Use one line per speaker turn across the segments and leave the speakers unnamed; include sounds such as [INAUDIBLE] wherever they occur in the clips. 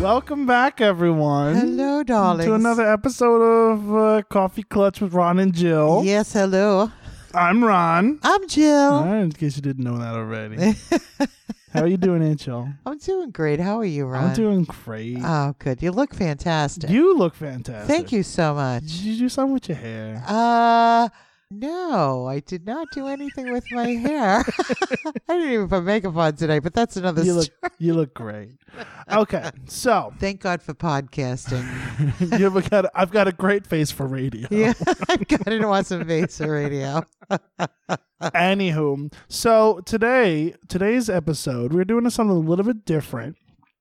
Welcome back, everyone.
Hello, darling.
To another episode of uh, Coffee Clutch with Ron and Jill.
Yes, hello.
I'm Ron.
I'm Jill.
All right, in case you didn't know that
[LAUGHS]
already. How are you doing, Aunt Jill?
I'm doing great. How are you, Ron?
I'm doing great.
Oh, good. You look fantastic.
you look fantastic.
Thank you so
Did
much.
you do something with your hair?
Uh, no, I did not do anything with my hair. [LAUGHS] I didn't even put makeup on today, but that's another
You
story.
look, you look great. Okay,
[LAUGHS]
so
Thank God for [LAUGHS] podcasting.
you've got, I've got a great face for radio.
yeah, [LAUGHS] I've got an awesome face for radio.
Anywho, so today, today's episode, we're doing something a little bit different.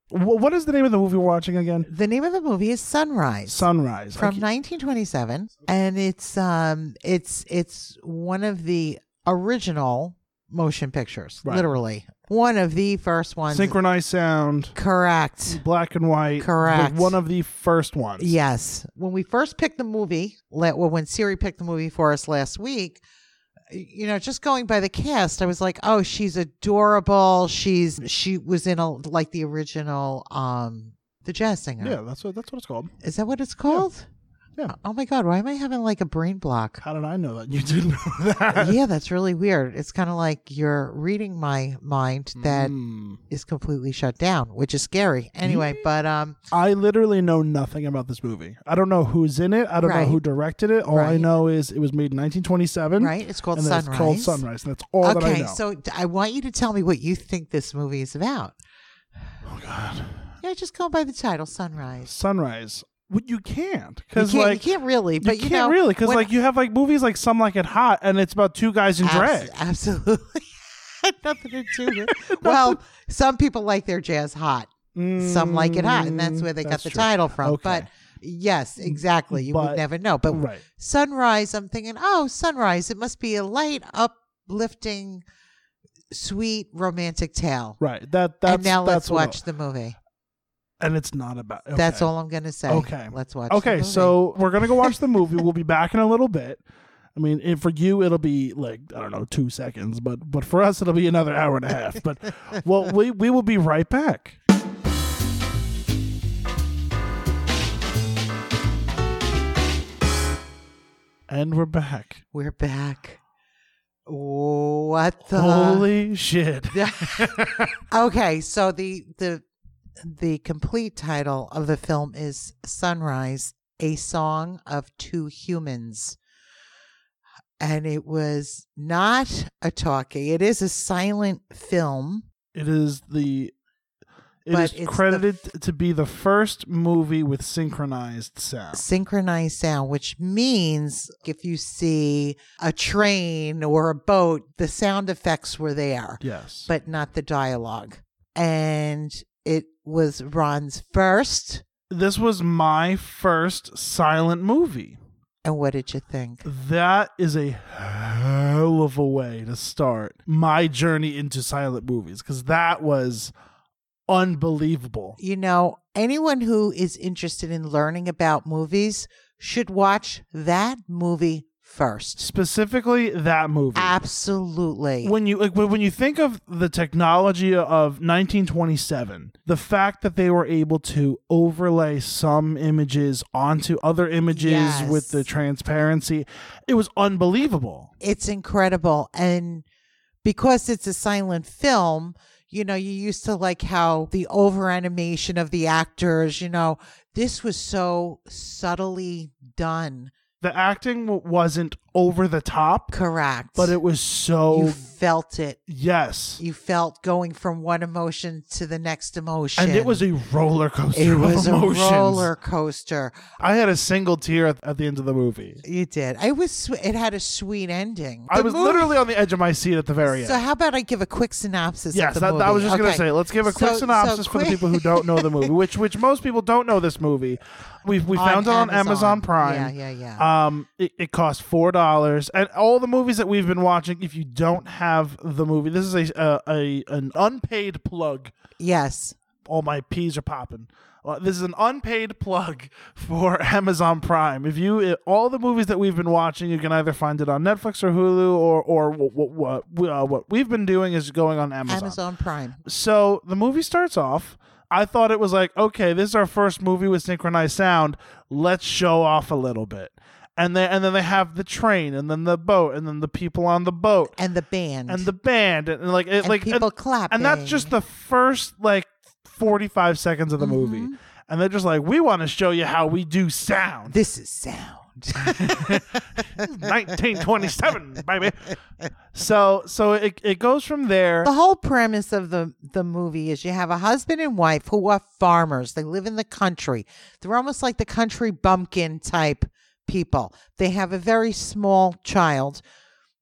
Wh- what is the name of the movie we're watching again?
The name of the movie is Sunrise.
Sunrise.
from
Okay.
1927 and it's um it's it's one of the original motion pictures
Right.
literally one of the first ones
synchronized sound,
correct
black and white.
Correct.
the- one of the first ones.
yes when we first picked the movie let well, when siri picked the movie for us last week you know just going by the cast i was like oh she's adorable she's she was in a like the original um the jazz singer
Yeah, that's what that's what it's called.
is that what it's called
Yeah.
oh my god why am i having like a brain block
How did I know that? You didn't know [LAUGHS] that.
[LAUGHS] yeah, that's really weird. It's kind of like you're reading my mind that is
Mm.
completely shut down, which is scary. Anyway, but um,
I literally know nothing about this movie. I don't know who's in it. I don't
Right.
know who directed it. All I
Right.
know is it was made in 1927.
right, it's called
and that
sunrise.
It's called Sunrise. And that's all that I
okay,
know.
so d- I want you to tell me what you think this movie is about.
oh God,
Yeah, just go by the title, sunrise.
Sunrise. What you can't
You
because
can't,
like
you can't really, but you,
can't
know,
really because
when-
like you have like movies like some like it hot and it's about two guys in
Abs-
drag.
absolutely. [LAUGHS] Had Nothing to do
[LAUGHS]
with it. well, some people like their jazz hot, some like it hot, and that's where they got
Mm, That's
the
true.
title from.
Okay.
But yes, exactly. You
But-
would never know. But
right.
sunrise i'm thinking oh sunrise it must be a light uplifting sweet romantic tale
Right. That that's
and now
that's
let's
what-
watch the movie
and it's not about. Okay.
that's all i'm gonna say
Okay.
let's watch the
Okay,
movie.
so we're gonna go watch the
[LAUGHS]
movie. we'll be back in a little bit. I mean, and for you it'll be like I don't know two seconds, but but for us it'll be another hour and a half.
[LAUGHS]
But well, we we will be right back. And we're back.
we're back what the
Holy shit!
[LAUGHS] okay so the the the complete title of the film is sunrise a song of two humans and it was not a talkie it is a silent film
It is the. it
But
is
it's the
credited to be the first movie with synchronized sound.
synchronized sound, which means if you see a train or a boat, the sound effects were there,
Yes.
but not the dialogue. And it was Ron's first.
this was my first silent movie.
And what did you think?
That is a hell of a way to start my journey into silent movies because that was unbelievable.
You know, anyone who is interested in learning about movies should watch that movie first.
Specifically, that movie.
Absolutely.
when you like when when you think of the technology of 1927 the fact that they were able to overlay some images onto other images
Yes.
with the transparency it was unbelievable
it's incredible and because it's a silent film you know you used to like how the over animation of the actors you know this was so subtly done
the acting w- wasn't over the top
correct
but it was so
you felt it
yes
you felt going from one emotion to the next emotion
and it was a roller coaster
it
of
was a
emotions.
roller coaster
i had a single tear at, at the end of the movie
you did it was sw- it had a sweet ending
i
The
was
movie-
literally on the edge of my seat at the very end
so how about i give a quick synopsis
Yes,
of the
that,
movie?
that was just going
Okay.
to say. Let's give a quick
So- so
synopsis for the
quick-
people who don't know the
[LAUGHS]
movie, which which most people don't know this movie. We we
On
found it on Amazon
Amazon.
Prime.
Yeah, yeah,
Um, it, it cost four dollars, and all the movies that we've been watching. If you don't have the movie, this is a a, a an unpaid plug.
yes
All my peas are popping. Uh, This is an unpaid plug for [LAUGHS] Amazon Prime. If you if all the movies that we've been watching, you can either find it on Netflix or Hulu, or or what what what, uh, what we've been doing is going on
Amazon Prime.
So the movie starts off I thought it was like, okay, this is our first movie with synchronized sound. Let's show off a little bit. And then and then they have the train and then the boat and then the people on the boat
and the band
and the band and like it
And
like
people
and,
clapping.
and that's just the first like 45 seconds of the
Mm-hmm.
movie. And they're just like, we want to show you how we do
[LAUGHS]
sound.
this is sound.
1927,
[LAUGHS]
baby. So so it it goes from there.
the whole premise of the the movie is you have a husband and wife who are farmers. They live in the country. They're almost like the country bumpkin type people. They have a very small child.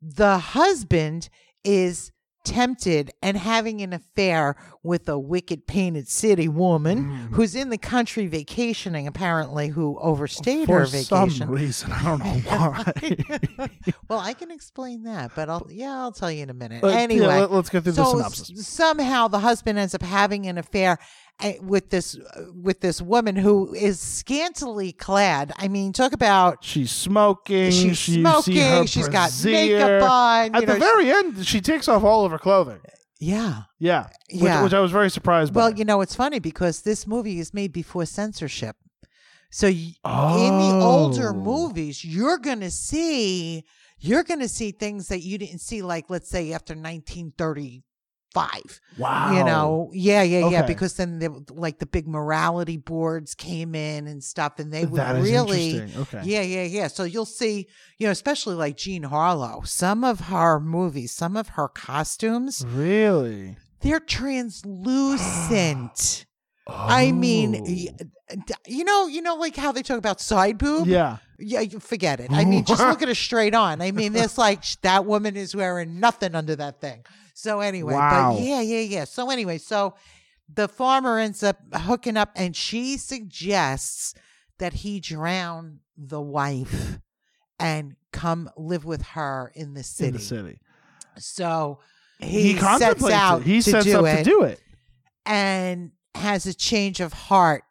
The husband is tempted and having an affair with a wicked painted city woman
Mm.
who's in the country vacationing apparently who overstayed
for
her
some
vacation.
reason, I don't
[LAUGHS]
know why.
Well, I can explain that, but I'll yeah, I'll tell you in a minute.
Uh, yeah,
anyway,
let- let's go through the
so
synopsis.
s- somehow the husband ends up having an affair eh, with this uh, with this woman who is scantily clad. I mean, talk about
She's smoking.
She's
she- you see her
smoking, she's got
brassiere.
makeup on,
At
you
the
know,
very end, she takes off all of her clothing.
yeah.
Yeah, which,
Yeah.
which I was very surprised
Well,
by.
you know, it's funny because this movie is made before censorship. So y- in
Oh.
the older movies, you're going to see you're going to see things that you didn't see like let's say after 1935.
wow.
you know yeah yeah yeah
Oh. Okay.
because then they, like the big morality boards came in and stuff and they would
That is
really
interesting. Okay.
yeah yeah yeah so you'll see you know especially like jean harlow some of her movies some of her
Mm.
costumes
Really.
they're
[GASPS]
translucent i mean
Oh.
y- you know you know like how they talk about side boob
Yeah.
yeah, you- forget it. I mean, just look at her straight on. I mean, this like sh- that woman is wearing nothing under that thing. So anyway,
Wow.
but yeah, yeah, yeah. So anyway, so the farmer ends up hooking up, and she suggests that he drown the wife and come live with her in the city.
In the city.
So he, sets
contemplates
out.
it. He
to
sets
do
up
it
to do it.
and has a change of heart.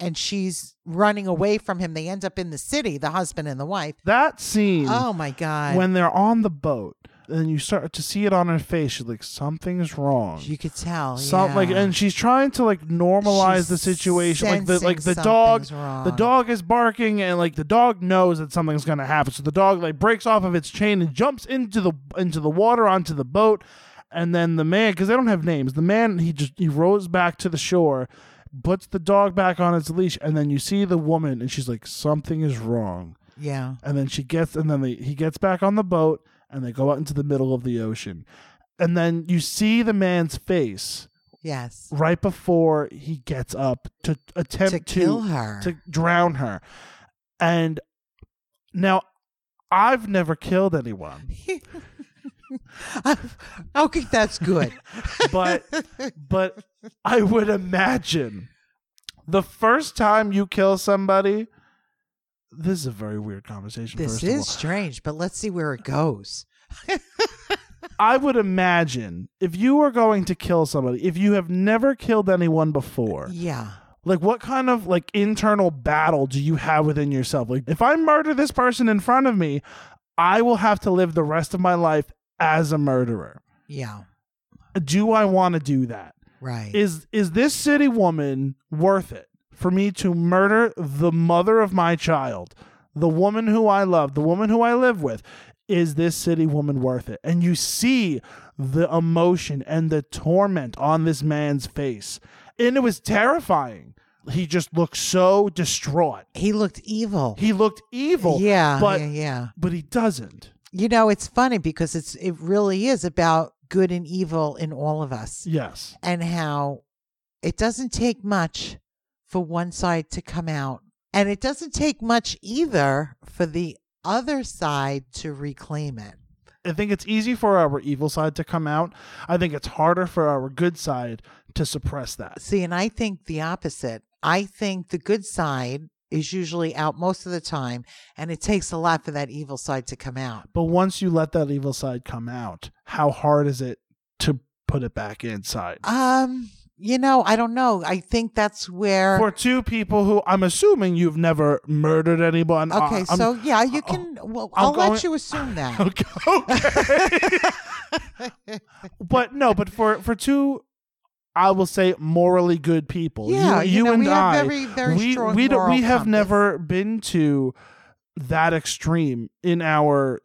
And she's running away from him. They end up in the city, the husband and the wife.
That scene
Oh my god!
when they're on the boat and you start to see it on her face, she's like, something's wrong.
you could tell,
Some,
Oh, yeah.
like and she's trying to like normalize
She's
the situation like the like the
sensing
dog
something's wrong.
the dog is barking and like the dog knows that something's going to happen so the dog like breaks off of its chain and jumps into the into the water onto the boat and then the man cuz they don't have names the man he just he rows back to the shore puts the dog back on its leash and then you see the woman and she's like something is wrong
yeah,
and then she gets and then they, he gets back on the boat and they go out into the middle of the ocean and then you see the man's face
yes,
right before he gets up to attempt
to
to,
kill her. [LAUGHS]
to drown her. And now I've never killed anyone,
okay,
[LAUGHS]
that's good. [LAUGHS]
but but I would imagine the first time you kill somebody this is a very weird conversation
this
first of
is strange, but let's see where it goes.
all. I would imagine if you are going to kill somebody, if you have never killed anyone before,
Yeah,
like what kind of like internal battle do you have within yourself like if i murder this person in front of me i will have to live the rest of my life as a murderer
yeah,
do i want to do that
right.
is is this city woman worth it for me to murder the mother of my child the woman who i love the woman who i live with is this city woman worth it and you see the emotion and the torment on this man's face and it was terrifying he just looked so distraught
he looked evil.
he looked evil
yeah,
but
yeah, yeah.
but he doesn't
You know, it's funny because it's it really is about good and evil in all of us,
yes
and how it doesn't take much for one side to come out, and it doesn't take much either for the other side to reclaim it.
I think it's easy for our evil side to come out. I think it's harder for our good side to suppress that.
See, and I think the opposite. I think the good side is usually out most of the time, and it takes a lot for that evil side to come out.
But once you let that evil side come out, how hard is it to put it back inside?
Um, you know, I don't know. I think that's where.
For two people who I'm assuming you've never murdered anyone. uh,
Okay,
I'm-
so yeah, you can. Well,
I'm
I'll
going-
let you assume that.
[LAUGHS] okay. okay. but no, but for for two I will say morally good people.
Yeah,
you,
you know,
and
we have
I,
very, very
we
strong
we
moral
we have
compass.
never been to that extreme in our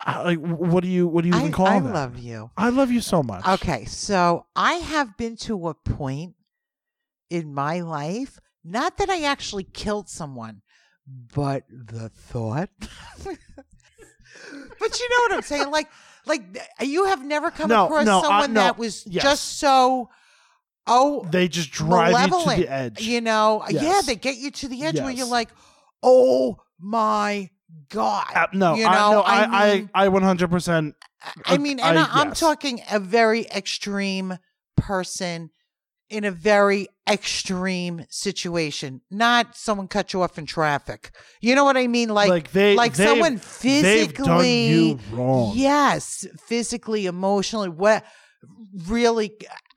I- like. What do you what do you
I,
even call
I
that?
love you.
I love you so much.
Okay, so I have been to a point in my life, not that I actually killed someone, but the thought. [LAUGHS] but you know what I'm saying? Like, like th- you have never come
No,
across
no, I-
someone
no,
that was
yes.
just so, oh,
They just drive you to
malevolent,
the edge.
You know, yeah,
Yes.
they get you to the edge where you're
Yes.
like, oh my god.
Uh, no,
you know,
I, no, I,
mean-
I, I, one hundred percent.
I
Uh,
mean,
I-
and I, I'm
yes.
talking a very extreme person in a very extreme situation, not someone cut you off in traffic. You know what I mean? Like,
Like, they,
like
they've-
someone
they've done you
physically-
wrong.
yes, physically, emotionally, what really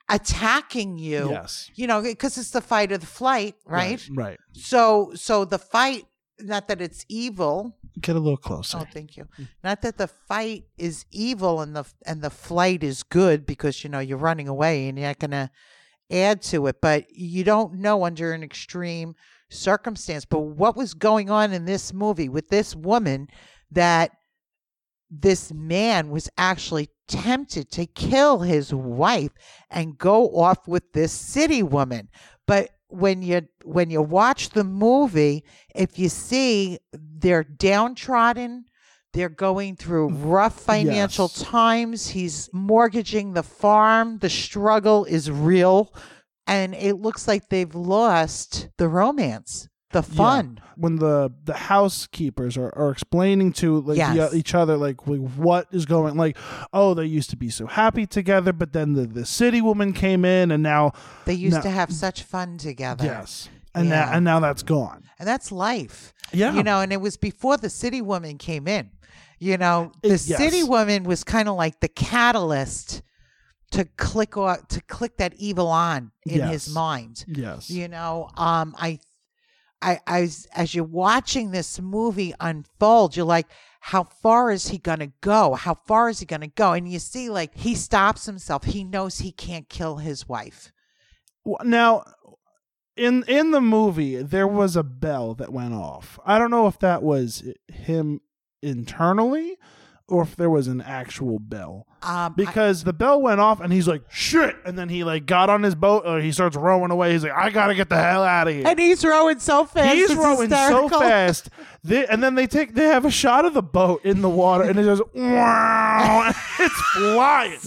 attacking you.
Yes.
You know, because it's the fight or the flight, right?
Right.
So, so the fight. Not that it's evil,
Get a little closer.
Oh, thank you. Not that the fight is evil and the and the flight is good because you know you're running away and you're not gonna add to it, but you don't know under an extreme circumstance. But what was going on in this movie with this woman that this man was actually tempted to kill his wife and go off with this city woman. But when you when you watch the movie, if you see they're downtrodden, they're going through rough financial
Mm, Yes.
times, he's mortgaging the farm, the struggle is real, and it looks like they've lost the romance, the
Yeah.
fun.
When the the housekeepers are, are explaining to like
Yes.
the, each other like, like what is going like oh they used to be so happy together but then the, the city woman came in and now
They used
No.
to have such fun together.
yes and
Yeah.
now and now that's gone
And that's life.
yeah
You know, and it was before the city woman came in. You know, the
It- yes.
city woman was kind of like the catalyst to click or to click that evil on in his
Yes.
mind.
yes
You know, um I I I was, as you're watching this movie unfold, you're like how far is he going to go? How far is he going to go? And you see like he stops himself. He knows he can't kill his wife.
W- now in in the movie there was a bell that went off i don't know if that was him internally or if there was an actual bell
Um I-
because the bell went off and he's like shit and then he like got on his boat or he starts rowing away he's like i gotta get the hell out of here
and he's rowing so fast.
he's
it's
rowing so
hysterical.
fast they, and then they take they have a shot of the boat in the water and it goes [LAUGHS] wow [LAUGHS] it's flying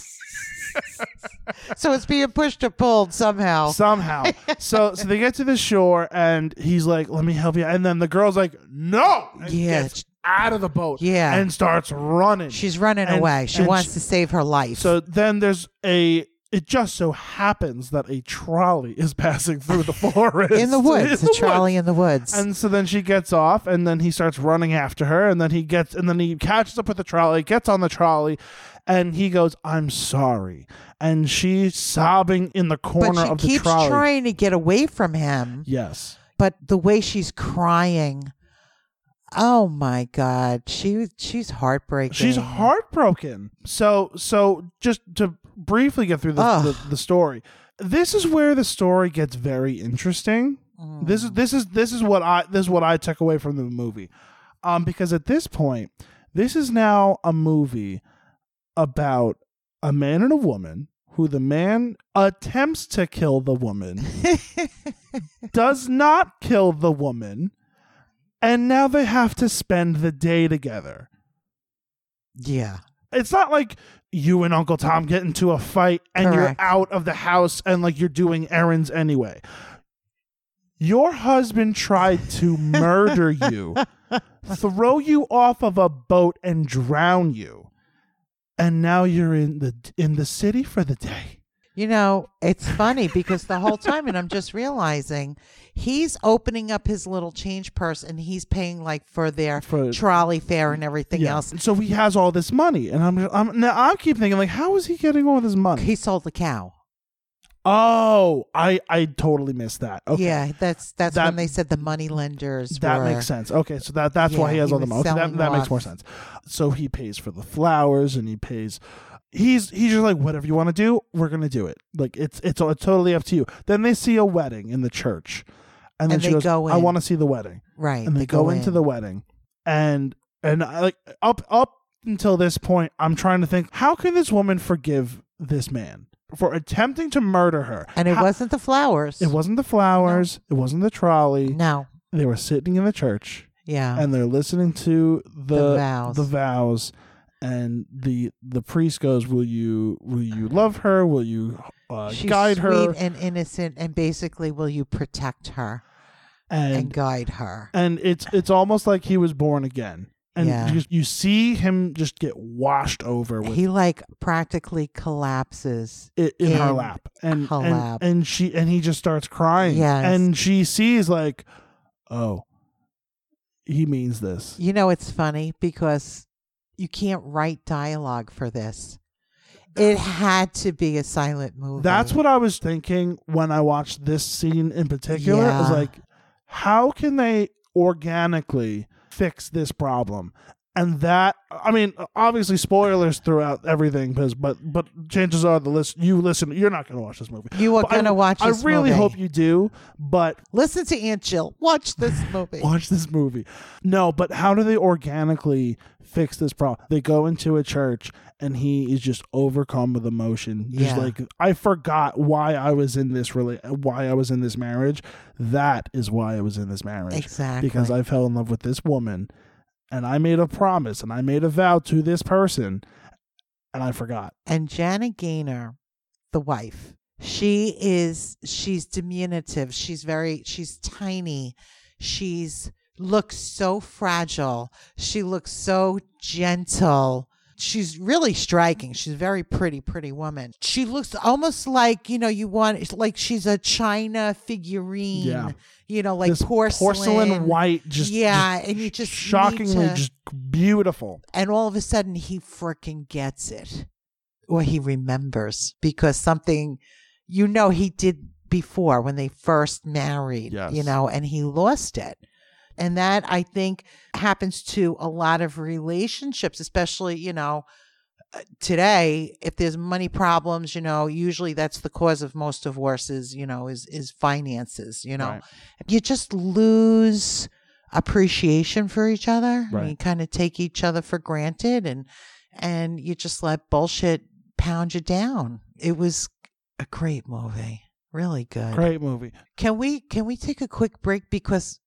So it's being pushed or pulled [LAUGHS] somehow.
somehow so so they get to the shore and he's like let me help you and then the girl's like no and
Yeah.
gets out of the boat
Yeah.
and starts running
She's running
And-
away. She
and
wants
sh-
to save her life.
So then there's a. It just so happens that a trolley is [LAUGHS] passing through the forest
in the
[LAUGHS]
woods,
In
a
the
trolley in the woods.
woods. And so then she gets off, and then he starts running after her, and then he gets, and then he catches up with the trolley, gets on the trolley, and he goes, "I'm sorry," and she's sobbing in the
but
corner
she
of the
keeps
trolley.
trying to get away from him.
yes,
But the way she's crying, oh my God, she she's heartbreaking.
She's heartbroken. So so just to briefly get through the,
Ugh.
the, the story. This is where the story gets very interesting. This is this is this is what I this is what I took away from the movie. Um because at this point, this is now a movie about a man and a woman who the man attempts to kill the woman, does not kill the woman, and now they have to spend the day together
yeah.
it's not like you and Uncle Tom get into a fight and
Correct.
you're out of the house and like you're doing errands anyway. Your husband tried
[LAUGHS]
to murder you, throw you off of a boat and drown you. And now you're in the in the city for the day.
You know, it's funny because the whole time, and I'm just realizing he's opening up his little change purse and he's paying like for their
For-
trolley fare and everything else.
And So he has all this money and I'm I'm now I keep thinking like how is he getting all this money?
He sold the cow.
Oh, I I totally missed that. Okay.
Yeah, that's that's when
That-
they said the money lenders.
That
were,
makes sense. Okay, so that that's why
Yeah,
he has
he
all the
was
money. Okay, that,
selling
that makes more
off.
sense. So he pays for the flowers and he pays he's he's just like whatever you want to do we're gonna do it like it's it's all- it's totally up to you then they see a wedding in the church and then
And
she
they
goes
go
i
in.
want to see the wedding
Right.
and they, go, into
in.
the wedding and and I, like up up until this point i'm trying to think how can this woman forgive this man for attempting to murder her
And it
How-
wasn't the flowers.
it wasn't the flowers it wasn't the trolley
No.
they were sitting in the church
Yeah.
and they're listening to the
The vows.
the vows, and the the priest goes will you will you love her will you uh,
She's
guide
sweet
her
and innocent, and basically, will you protect her and,
and
guide her?
and it's it's almost like he was born again and
Yeah.
you, you see him just get washed over with
he like practically collapses.
it in, her
in
lap and
her
and,
lap.
and she and he just starts crying
Yes.
and she sees like oh he means this
You know, it's funny because you can't write dialogue for this. It had to be a silent movie.
That's what I was thinking when I watched this scene in particular. It was
Yeah.
like, how can they organically fix this problem? And that, I mean, obviously spoilers throughout everything, because but but chances are the list you listen, you're not going to watch this movie.
you are
But I-
going to watch.
I
This
really
movie.
hope you do, but
listen to Aunt Jill. Watch this movie.
watch this movie. No, but how do they organically fix this problem? They go into a church and he is just overcome with emotion. Just
Yeah.
like I forgot why I was in this really why I was in this marriage. That is why I was in this marriage.
exactly
Because I fell in love with this woman and I made a promise and I made a vow to this person and I forgot.
and Janet Gaynor, the wife, she is she's diminutive. She's very she's tiny. She's looks so fragile. She looks so gentle. She's really striking. She's a very pretty, pretty woman. She looks almost like, you know, you want it's like she's a China figurine.
Yeah.
You know, like
this
porcelain.
white just
yeah,
just
and you just need
shockingly
to-
just beautiful.
and all of a sudden he freaking gets it or he remembers because something you know he did before when they first married
Yes.
you know and he lost it and that i think happens to a lot of relationships especially you know uh, today if there's money problems you know usually that's the cause of most divorces you know is is finances you know
Right.
you just lose appreciation for each other.
Right.
You kind of take each other for granted and and you just let bullshit pound you down. It was a great movie. Really good.
Great movie.
Can we can we take a quick break because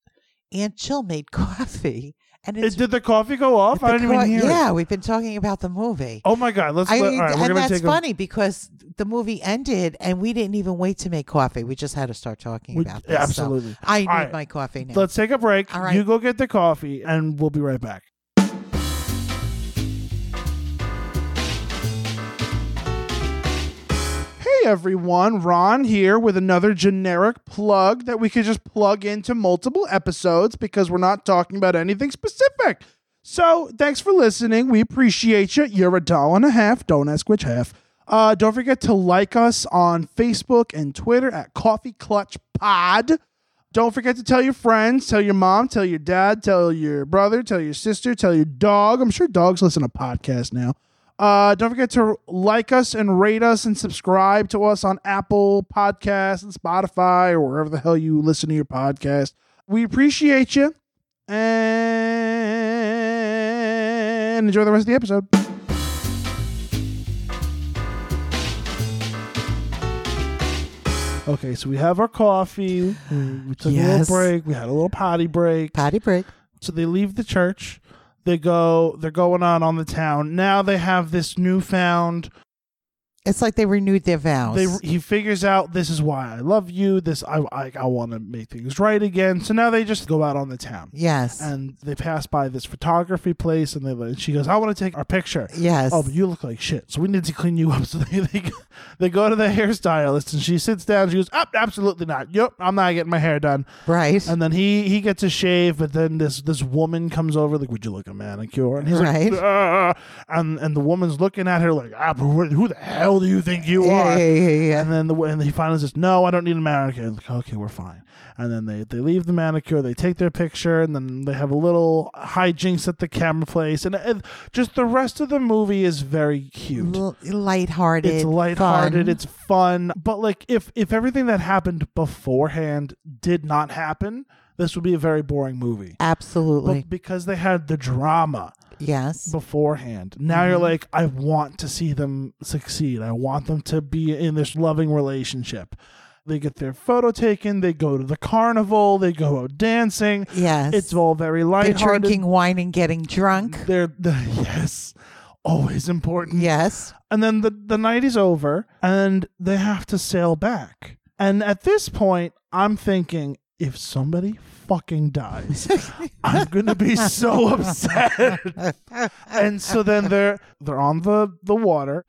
Aunt Jill made [LAUGHS] coffee and it's
It, did the coffee go off? I
the
didn't even
co-
hear. it.
Yeah, we've been talking about the movie.
Oh my god. Let's.
I,
let, all right, we're
and
gonna
that's
take
funny because the movie ended and we didn't even wait to make coffee. We just had to start talking
a. We-
about this. so
absolutely.
I need
right.
my coffee now.
Let's take a break.
All right.
You go get the coffee, and we'll be right back. Hey everyone, Ron here with another generic plug that we could just plug into multiple episodes because we're not talking about anything specific. So thanks for listening. We appreciate you. You're a doll and a half. Don't ask which half. Uh, don't forget to like us on Facebook and Twitter at Coffee Clutch Pod. Don't forget to tell your friends, tell your mom, tell your dad, tell your brother, tell your sister, tell your dog. I'm sure dogs listen to podcasts now. Uh, don't forget to like us and rate us and subscribe to us on Apple Podcasts and Spotify or wherever the hell you listen to your podcast. We appreciate you and enjoy the rest of the episode. Okay, so we have our coffee. We we took a
Yes.
little break. We had a little potty break.
Patty break.
So they leave the church. They go. They're going on on the town. Now they have this newfound.
It's like they renewed their vows.
They he figures out this is why I love you. This I I, I want to make things right again. So now they just go out on the town.
yes.
And they pass by this photography place, and they and she goes, "I want to take our picture."
yes.
Oh, but you look like shit. So we need to clean you up. [LAUGHS] So they, they, go- they go to the hairstylist, and she sits down. She goes, "Up, absolutely not. Yep, I'm not getting my hair done."
right.
And then he he gets a shave, but then this this woman comes over like, "Would you like a manicure?" And he's
Right.
like, "Ah." and and the woman's looking at her like, ah, but who who the hell hell do you think you
yeah,
are?
yeah, yeah, yeah.
And then the and he finally says, "No, I don't need a manicure." Like, okay, we're fine. And then they they leave the manicure, they take their picture, and then they have a little hijinks at the camera place, and, and just the rest of the movie is very cute.
L- lighthearted.
It's lighthearted.
fun.
It's fun. But like, if if everything that happened beforehand did not happen, this would be a very boring movie.
absolutely
But because they had the drama
yes.
beforehand, now
Mm-hmm.
you're like, I want to see them succeed. I want them to be in this loving relationship. They get their photo taken. They go to the carnival. They go out dancing.
Yes.
It's all very
They're
lighthearted.
drinking wine and getting drunk.
They're [LAUGHS] yes, always important.
Yes.
And then the, the night is over and they have to sail back. And at this point, I'm thinking if somebody fucking dies, I'm going to be so upset. and so then they're they're on the the water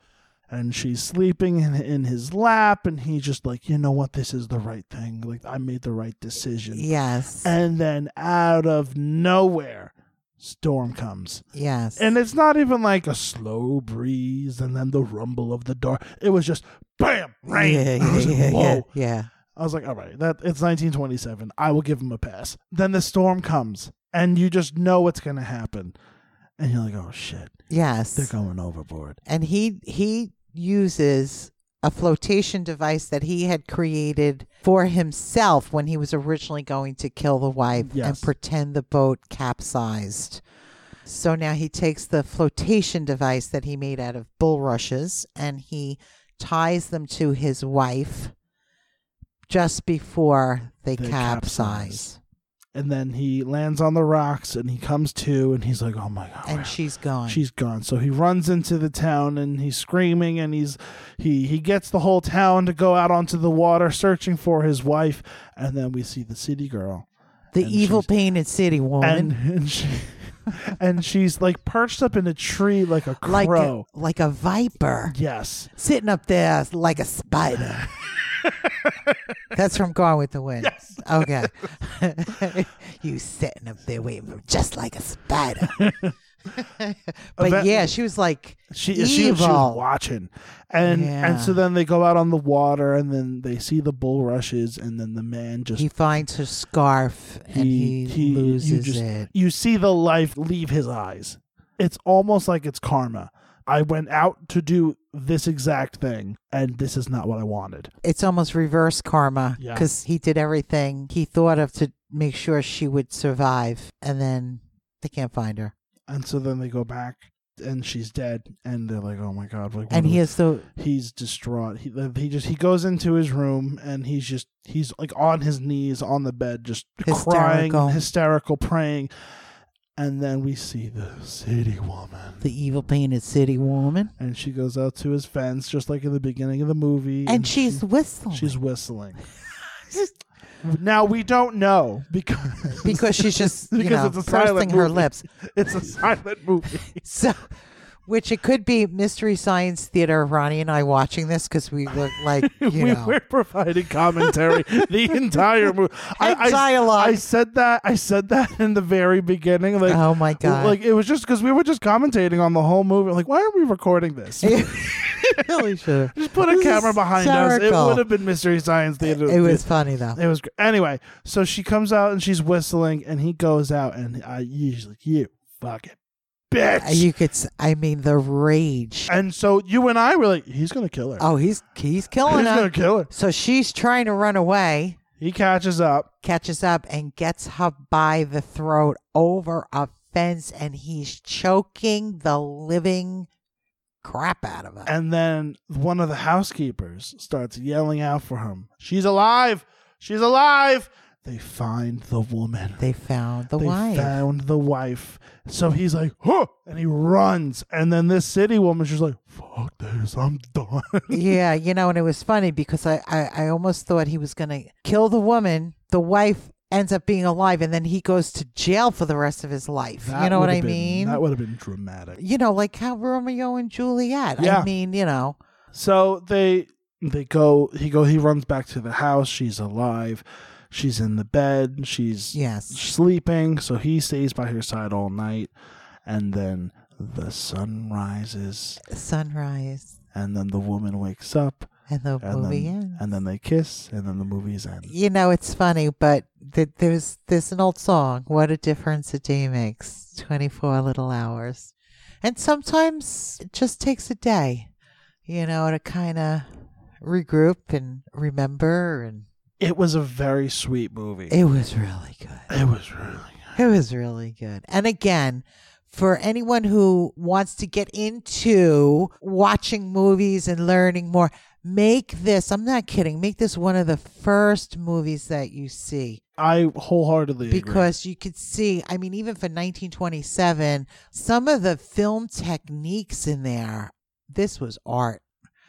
and she's sleeping in, in his lap and he just like, "You know what? This is the right thing. Like I made the right decision."
Yes.
And then out of nowhere, storm comes.
yes.
And it's not even like a slow breeze and then the rumble of the door. It was just bam, rain.
Yeah,
I
yeah,
was like,
yeah,
whoa.
yeah, yeah.
I was like, all right, that it's 1927. I will give him a pass. Then the storm comes and you just know what's going to happen. And you're like, oh shit,
Yes.
they're going overboard.
and he he uses a flotation device that he had created for himself when he was originally going to kill the wife
Yes.
and pretend the boat capsized. So now he takes the flotation device that he made out of bulrushes and he ties them to his wife just before they,
They
capsize.
And then he lands on the rocks and he comes to and he's like, oh my God. where-
And she's gone.
She's gone. So he runs into the town and he's screaming and he's he he gets the whole town to go out onto the water searching for his wife and then we see the city girl.
the
and
evil
she's-
painted city woman.
And and she [LAUGHS] and she's like perched up in a tree like a
like a,
crow.
like a viper.
yes.
sitting up there like
[LAUGHS]
a spider. That's from Gone with the Wind.
[LAUGHS]
Okay. you sitting up there waiting for just like
[LAUGHS]
a spider. [LAUGHS] but
Eva-
yeah, she was like,
She, she, she was
Evil.
watching. And
Yeah.
and so then they go out on the water and then they see the bulrushes and then the man just
he finds her scarf and he,
you
loses
just-
it.
You see the life leave his eyes. It's almost like it's karma. I went out to do this exact thing, and this is not what I wanted.
It's almost reverse karma
Yeah.
because he did everything he thought of to make sure she would survive, and then they can't find her.
And so then they go back, and she's dead, and they're like, "Oh my god!" Like, what
And
do
he
we-
has the
he's distraught. He he just he goes into his room, and he's just he's like on his knees on the bed, just crying,
Hysterical.
and hysterical, praying. And then we see the city woman.
the evil painted city woman,
and she goes out to his fence just like in the beginning of the movie
and she's
she-
whistling.
she's whistling [LAUGHS] now we don't know because [LAUGHS]
because she's just you
Because
know
it's a silent
bursting her
movie.
lips.
it's a
[LAUGHS]
silent movie
So, which it could be mystery science theater. Ronnie and I watching this because we look
[LAUGHS]
like you
we
know
were providing commentary
[LAUGHS]
the entire movie I, I-
dialogue.
I said that i said that in the very beginning like
Oh my God.
like it was just because we were just commentating on the whole movie like why are we recording this
really should.
just put a camera behind us it would have been mystery science theater
[LAUGHS] It was funny
[LAUGHS]
though.
It was great. Anyway, so she comes out and she's whistling, and he goes out, and I he's like, "You fucking bitch!"
Uh, You could. s- I mean, the rage.
and so you and I were like, "He's gonna kill her.
Oh, he's he's
he's
killing
gonna
her.
kill her."
So she's trying to run away,
He catches up.
catches up, and gets her by the throat over a fence, and he's choking the living crap out of her.
And then one of the housekeepers starts yelling out for him. She's alive! She's alive! They find the woman.
They found the
they
wife.
found the wife. So he's like, huh! And he runs. And then this city woman, she's like, fuck this, I'm done. [LAUGHS]
yeah, you know, and it was funny because I, I, I almost thought he was going to kill the woman. The wife ends up being alive, and then he goes to jail for the rest of his life.
That
you know what
would've
I
been-
mean?
That would have been dramatic.
you know, like how Romeo and Juliet.
Yeah.
I mean, you know,
So they they go he go he runs back to the house, she's alive, she's in the bed, she's
yes.
sleeping, so he stays by her side all night and then the sun rises
Sunrise.
and then the woman wakes up,
And the
and
movie
then
ends.
and then they kiss, and then the movie's end.
you know, it's funny, but th- there's there's an old song. What a difference a day makes. Twenty four little hours, and sometimes it just takes a day, you know, to kind of regroup and remember. And
It was a very sweet movie.
it was really good.
It was really good.
It was really good. And again, for anyone who wants to get into watching movies and learning more, make this, I'm not kidding, make this one of the first movies that you see
I wholeheartedly agree.
because you could see i mean even for 1927 some of the film techniques in there this was art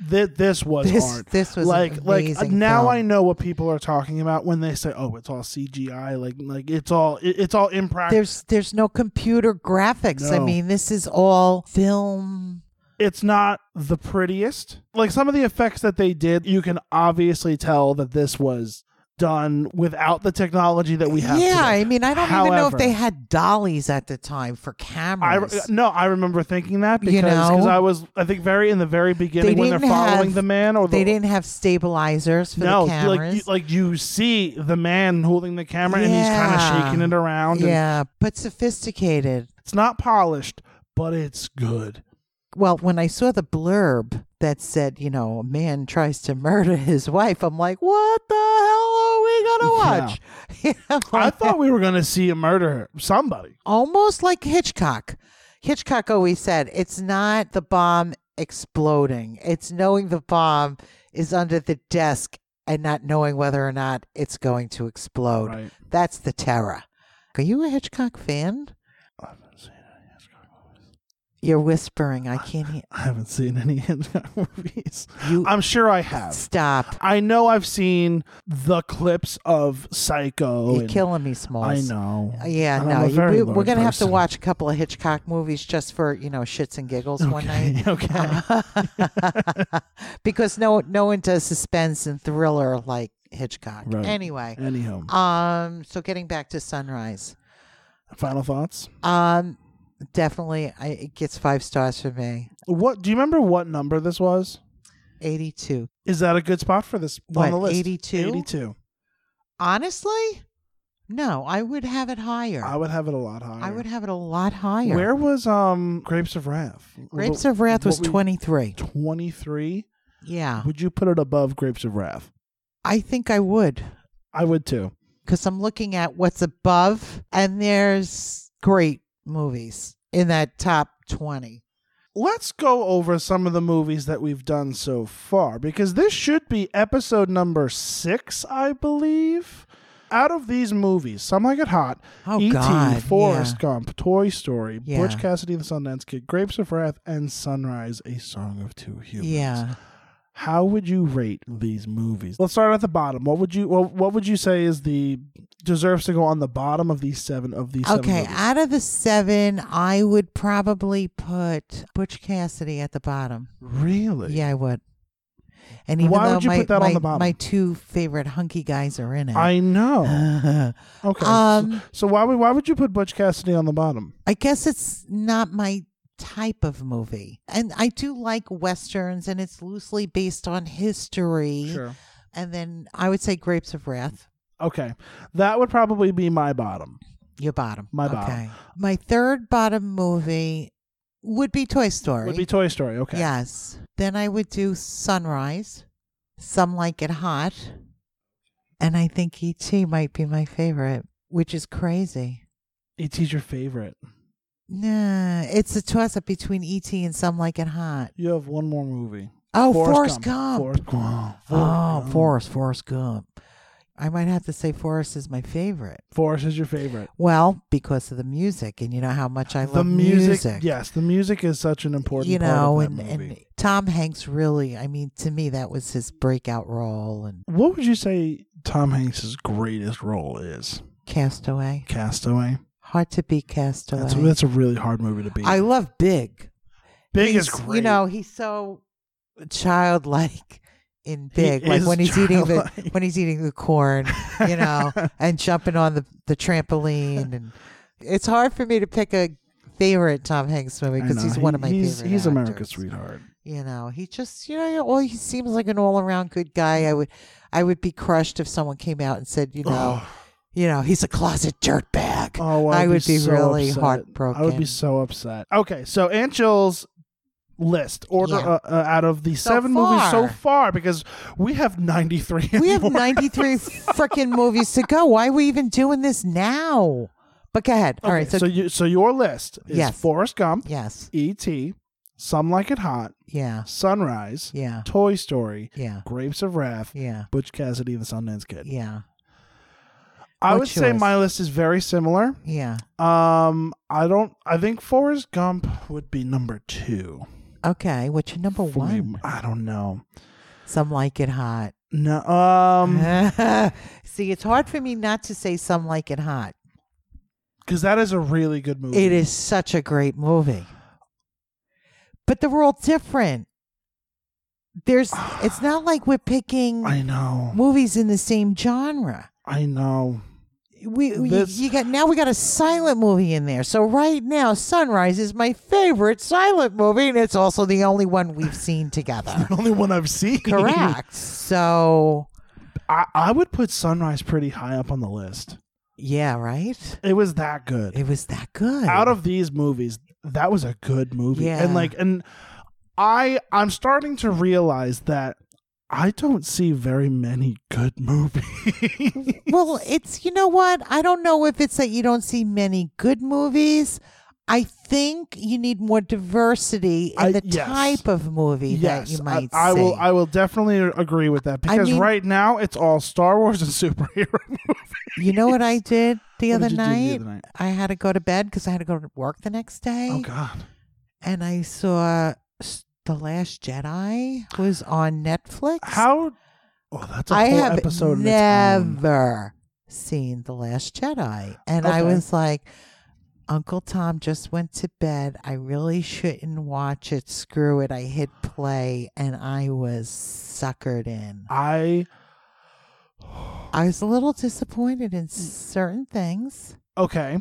Th- this was
this
art.
this was
like like uh, now I
know
know what people are talking about when they say, "Oh, it's all CGI." Like like it's all it, it's all impractical.
there's there's no computer graphics i
No.
mean this is all film
it's not the prettiest. Like some of the effects that they did, you can obviously tell that this was done without the technology that we have.
yeah
today.
i mean i don't even know if
However-
they had dollies at the time for
I uh,
cameras
no, I remember thinking that
You
because 'cause
know?
I was I think very in the very beginning when they're
didn't
following
have-
the man or
they
the,
didn't have stabilizers for
no
the cameras
like you, like you see the man holding the camera and he's kind
Yeah.
of shaking it around. and
yeah but sophisticated
it's not polished, but it's good.
well, when I saw the blurb that said, you know, a man tries to murder his wife, I'm like, what the hell are we gonna
Yeah.
watch? [LAUGHS] You know,
I thought we were going to see a murder somebody.
almost like Hitchcock. Hitchcock always said, it's not the bomb exploding; it's knowing the bomb is under the desk and not knowing whether or not it's going to explode.
Right.
That's the terror. Are you a Hitchcock fan?
I haven't seen any Hitchcock movies.
You're whispering. I can't hear
I haven't seen any [LAUGHS] Hitchcock movies.
you.
I'm sure I have.
Stop.
I know I've seen the clips of Psycho.
You're
and-
killing me, Smalls.
I know.
Uh, Yeah,
I'm
no,
a
you-
very
we,
large
we're gonna have to
person.
watch a couple of Hitchcock movies just for you know shits and giggles one
[LAUGHS]
night.
Okay,
[LAUGHS]
okay.
because no, no one does suspense and thriller like Hitchcock.
Right.
Anyway,
Anyhow,
um, so getting back to Sunrise,
final thoughts.
um, definitely, I, it gets five stars for me.
What do you remember? What number this was?
Eighty-two.
Is that a good spot for this
What,
on the list?
82?
Eighty-two.
Honestly, no, I would have it higher.
I would have it a lot higher.
I would have it a lot higher.
Where was um Grapes of Wrath?
Grapes
What-
of Wrath was
what we-
twenty-three.
23
Yeah,
would you put it above grapes of wrath
I think I would.
i would too
because I'm looking at what's above, and there's great movies in that top 20.
let's go over some of the movies that we've done so far because this should be episode number six i believe out of these movies some like it hot
Oh,
et
God,
E forrest
yeah.
gump toy story
Yeah.
butch cassidy and the sundance kid grapes of wrath and sunrise a song of two humans
Yeah.
how would you rate these movies let's start at the bottom what would you well, what would you say is the deserves to go on the bottom of these seven of these seven
Okay.
movies?
Out of the seven, I would probably put Butch Cassidy at the bottom.
Really?
Yeah, I would. And even
Why
though
would you
my,
put that on
my,
the bottom?
my two favorite hunky guys are in it.
I know. Okay.
[LAUGHS] Um,
so, so why would why would you put Butch Cassidy on the bottom?
I guess it's not my type of movie. And I do like westerns and it's loosely based on history. And then I would say Grapes of Wrath.
Okay. That would probably be my bottom.
Your bottom.
My bottom.
My third bottom movie would be Toy Story.
Would be Toy Story. Okay.
Yes. Then I would do Sunrise, Some Like It Hot, and I think E.T. might be my favorite, which is crazy.
E.T.'s E your favorite.
Nah, it's a toss up between E.T. and Some Like It Hot.
You have one more movie.
Oh, Forrest, Gump.
Forrest Gump.
oh,
Forrest Gump.
Forrest, Forrest Gump. I might have to say Forrest is my favorite.
Forrest is your favorite.
Well, because of the music, and you know how much I
the
love
music,
music.
Yes, the music is such an important
you
part
know,
of
and,
that
and
movie.
Tom Hanks really, I mean, to me, that was his breakout role and
What would you say Tom Hanks' greatest role is?
Castaway.
Castaway.
Hard to beat Castaway.
That's, that's a really hard movie to beat.
I love Big.
Big is
He's-
great.
You know, he's so childlike [LAUGHS] in
He
Big, like
is
when he's eating the
childlike.
when he's eating the corn,
[LAUGHS]
you know, and jumping on the the trampoline, and it's hard for me to pick a favorite Tom Hanks movie
I
because
know.
he's
He-
one of my
he's,
favorite.
He's America's
actors.
sweetheart.
You know, he just you know, well, he seems like an all around good guy. I would, I would be crushed if someone came out and said, you know,
[SIGHS]
you know, he's a closet dirtbag.
Oh,
I
I'd
would be
so
really
upset.
heartbroken.
I would be so [LAUGHS] upset. Okay, so Aunt Jill's list order
Yeah.
uh, uh, out of the
So
seven movies so
far.
far because we have ninety three.
we have 93 freaking movies to go. Why are we even doing this now? But go ahead. All right. So,
so you so your list is
Yes.
Forrest Gump,
yes.
E.T., Some Like It Hot,
Yeah.
Sunrise,
Yeah.
Toy Story,
Yeah.
Grapes of Wrath,
Yeah.
Butch Cassidy and the Sundance Kid.
Yeah.
I would
What's
say
yours?
my list is very similar.
Yeah.
Um, I don't. I think Forrest Gump would be number two.
Okay. What's your number
for me.
Oh, one?
I don't know.
Some like it hot.
No. Um,
[LAUGHS] See, it's hard for me not to say some like it hot.
because that is a really good movie.
It is such a great movie. But they were all different. There's it's not like we're
[SIGHS]
picking
I know.
movies in the same genre.
I know. [LAUGHS]
We, we-
This-
you got now we got a silent movie in there. So right now Sunrise is my favorite silent movie and it's also the only one we've
[LAUGHS]
seen together.
The only one I've seen.
Correct. So
[LAUGHS] I, I would put Sunrise pretty high up on the list.
yeah, right?
It was that good.
It was that good.
Out of these movies, that was a good movie.
Yeah.
And like, and I I'm starting to realize that I don't see very many good [LAUGHS] movies.
Well, it's you know what? I don't know if it's that you don't see many good movies. I think you need more diversity in
I-
the
yes.
type of movie
yes,
that you might
I, I
see.
will. I will definitely agree with that because
mean-
right now it's all Star Wars and [LAUGHS] superhero movies.
you know
[LAUGHS]
what I did the
What
other
did you do the
night?
other night?
I had to go to bed because I had to go to work the next day,
Oh God.
and I saw s- the Last Jedi was on Netflix.
How? Oh, that's a
I
whole
have
episode. in its own.
never seen The Last Jedi. And I
Okay.
was like, Uncle Tom just went to bed. I really shouldn't watch it. Screw it. I hit play and I was suckered in.
I
I was a little disappointed in certain things.
okay.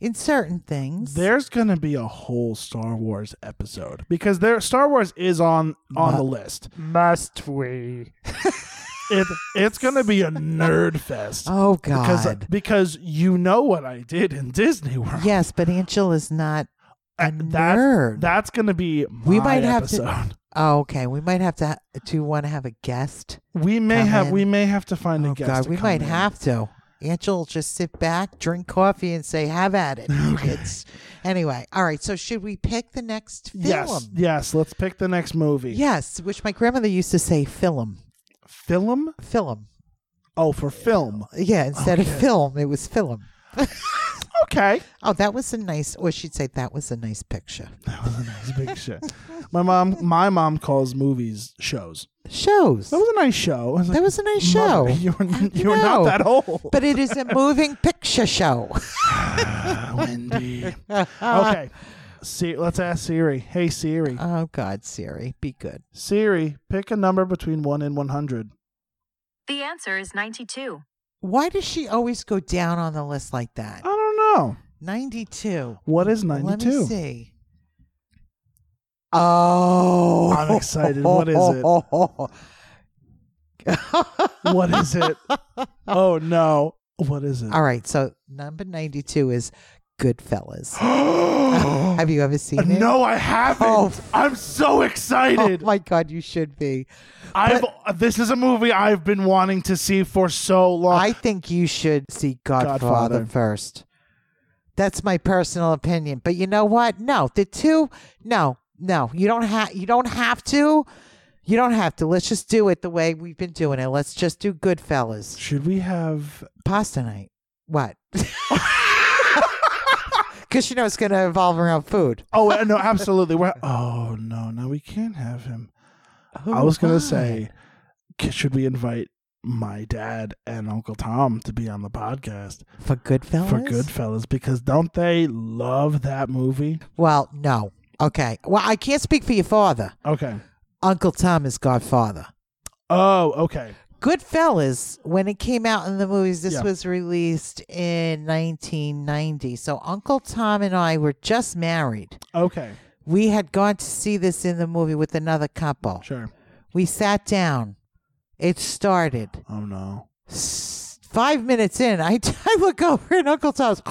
In certain things.
There's gonna be a whole Star Wars episode because there Star Wars is on on
Mu-
the list.
must we?
[LAUGHS] It it's gonna be a nerd fest
Oh,
because
God.
because you know what I did in Disney World.
yes, but Angela's not a
And that-
nerd.
that's gonna be my
We might have to-
episode. [LAUGHS]
oh, okay. We might have to. ha- Do you want to have a guest?
we may
come
have
in.
we may have to find a
Oh
guest.
God,
to
we
come
might
in.
have to. Angel will just sit back, drink coffee, and say, "Have
[LAUGHS]
at it, kids." Anyway, all right. So, should we pick the next film?
Yes, yes. Let's pick the next movie.
Yes, which my grandmother used to say, "Film,
Film?
film."
Oh, for film.
Yeah, instead of film, it was film.
Okay.
Oh, that was a nice. Or she'd say that was a nice picture.
[LAUGHS] That was a nice big show. My mom, my mom calls movies shows.
Shows.
That was a nice show. I was like,
That was a nice
"Mother, [LAUGHS]
show.
You're, you're not
No.
that old,
[LAUGHS] But it is a moving picture show.
Ah,
[LAUGHS]
Wendy. okay, see, let's ask Siri. Hey Siri,
Oh God, Siri, be good.
Siri, pick a number between one and one hundred.
The answer is 92.
Why does she always go down on the list like
I
that?
don't know.
Ninety-two.
What is
Let me
ninety-two?
see. Oh,
I'm excited. What is
[LAUGHS] it?
[LAUGHS] What is
[LAUGHS]
it? Oh no, what is it? [GASPS]
All right, so number ninety-two is Goodfellas.
[GASPS]
Have you ever seen it?
no, I haven't.
Oh.
I'm so
Oh
excited.
my God, you should be.
I've uh, this is a movie I've been wanting to see for so long.
I think you should see Godfather,
Godfather.
first. That's my personal opinion. But you know what? No, the two. No, no, you don't have. You don't have to. You don't have to. Let's just do it the way we've been doing it. Let's just do Goodfellas.
Should we have
pasta night. What? [LAUGHS] Because you know it's going to evolve around food.
Oh uh, no, absolutely. We're, oh no, no, we can't have him. I was gonna say, c- should we invite my dad and Uncle Tom to be on the podcast
for Goodfellas.
for Goodfellas because don't they love that movie?
Well, no. Okay. Well, I can't speak for your father.
Okay.
Uncle Tom is Godfather.
Oh, okay.
Goodfellas, when it came out in the movies, this
Yeah.
was released in 1990. So Uncle Tom and I were just married.
Okay,
We had gone to see this in the movie with another couple.
sure.
We sat down. It started.
Oh no.
S- Five minutes in, I, [LAUGHS] I look over and Uncle Tom's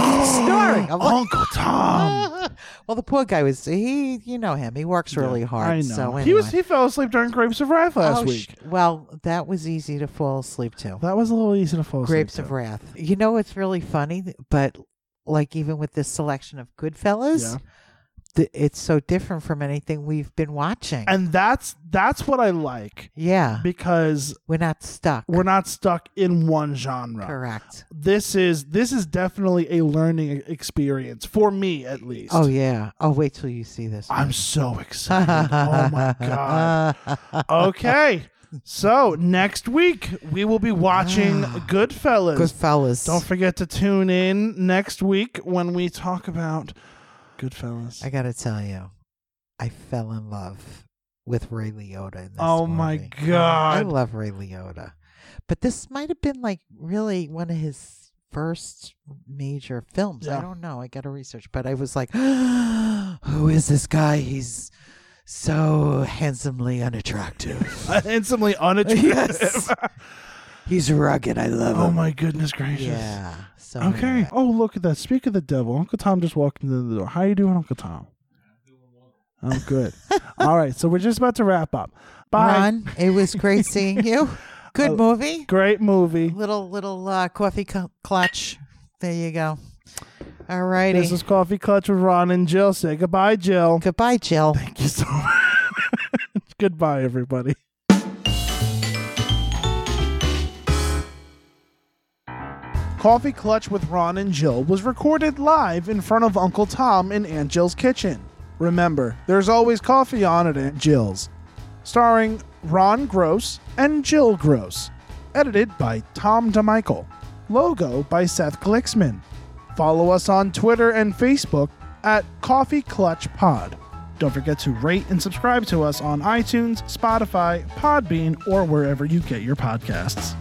snoring. I'm like,
Uncle Tom.
[LAUGHS] well, the poor guy was, he, you know him. He works really hard.
I know.
So
He was
anyway.
he fell asleep during Grapes of Wrath last
Oh,
week.
sh- well, that was easy to fall asleep to.
that was a little easy to fall asleep.
Grapes
to.
of Wrath. You know what's really funny, but like even with this selection of Goodfellas,
Yeah.
th- it's so different from anything we've been watching.
And that's that's what I like
yeah,
because
we're not stuck.
we're not stuck in one genre.
correct.
This is this is definitely a learning e-, experience for me at least.
Oh yeah. Oh wait till you see this.
I'm so
[LAUGHS]
excited. oh my god. Okay. So, next week we will be watching
Ah.
Goodfellas.
Goodfellas.
Don't forget to tune in next week when we talk about Goodfellas.
I gotta tell you, I fell in love with Ray Liotta in this.
Oh, my
movie. I
God.
love Ray Liotta, but this might have been like really one of his first major films.
Yeah.
I don't know. I gotta research, but I was like, [GASPS] who is this guy? He's so handsomely unattractive.
[LAUGHS]
[LAUGHS]
Handsomely unattractive.
Yes. He's rugged. I
[LAUGHS]
love
Oh
him.
my goodness gracious.
Yeah. So
Okay.
anyway.
Oh, look at that. Speak of the devil. Uncle Tom just walked into the door. How you doing, Uncle Tom? I'm good. All right. So we're just about to wrap up. Bye.
Ron, it was
[LAUGHS]
great seeing you. Good
Oh,
movie.
Great movie.
little little uh, coffee cu- clutch. There you go. All righty.
This is Coffee Clutch with Ron and Jill. Say goodbye, Jill.
Goodbye, Jill.
Thank you so [LAUGHS] much. goodbye, everybody. Coffee Clutch with Ron and Jill was recorded live in front of Uncle Tom in Aunt Jill's kitchen. Remember, there's always coffee on at Aunt Jill's. Starring Ron Gross and Jill Gross. Edited by Tom DeMichael. Logo by Seth Glicksman. Follow us on Twitter and Facebook at Coffee Clutch Pod. Don't forget to rate and subscribe to us on iTunes, Spotify, Podbean, or wherever you get your podcasts.